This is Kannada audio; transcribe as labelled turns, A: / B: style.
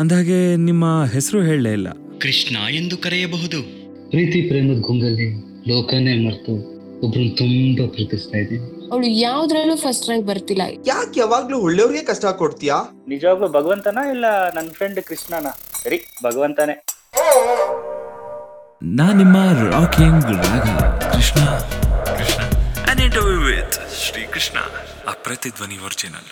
A: ಅಂದ್ಹಾಗೆ ನಿಮ್ಮ ಹೆಸರು ಹೇಳಲೇ ಇಲ್ಲ
B: ಕೃಷ್ಣ ಎಂದು ಕರೆಯಬಹುದು
C: ಪ್ರೀತಿ ಪ್ರೇಮದ ಗುಂಗಲ್ಲಿ ಲೋಕನೇ ಮರೆತು ಒಬ್ರನ್ನ ತುಂಬಾ ಪ್ರೀತಿಸ್ತಾ ಇದ್ದೀನಿ
D: ಅವಳು ಯಾವ್ದ್ರಲ್ಲೂ ಫಸ್ಟ್ ರ್ಯಾಂಕ್ ಬರ್ತಿಲ್ಲ
E: ಯಾಕೆ ಯಾವಾಗ್ಲೂ ಒಳ್ಳೆಯವ್ರಿಗೆ ಕಷ್ಟ ಕೊಡ್ತೀಯಾ
F: ನಿಜವಾಗ್ಲೂ ಭಗವಂತನ ಇಲ್ಲ ನನ್ನ ಫ್ರೆಂಡ್ ಕೃಷ್ಣನ ಸರಿ ಭಗವಂತನೇ
A: ನಾ ನಿಮ್ಮ ರಾಕಿಂಗ್ ರಾಗ Krishna Krishna on interview with Shri Krishna ಅಪ್ರತಿಧ್ವನಿ ಒರಿಜಿನಲ್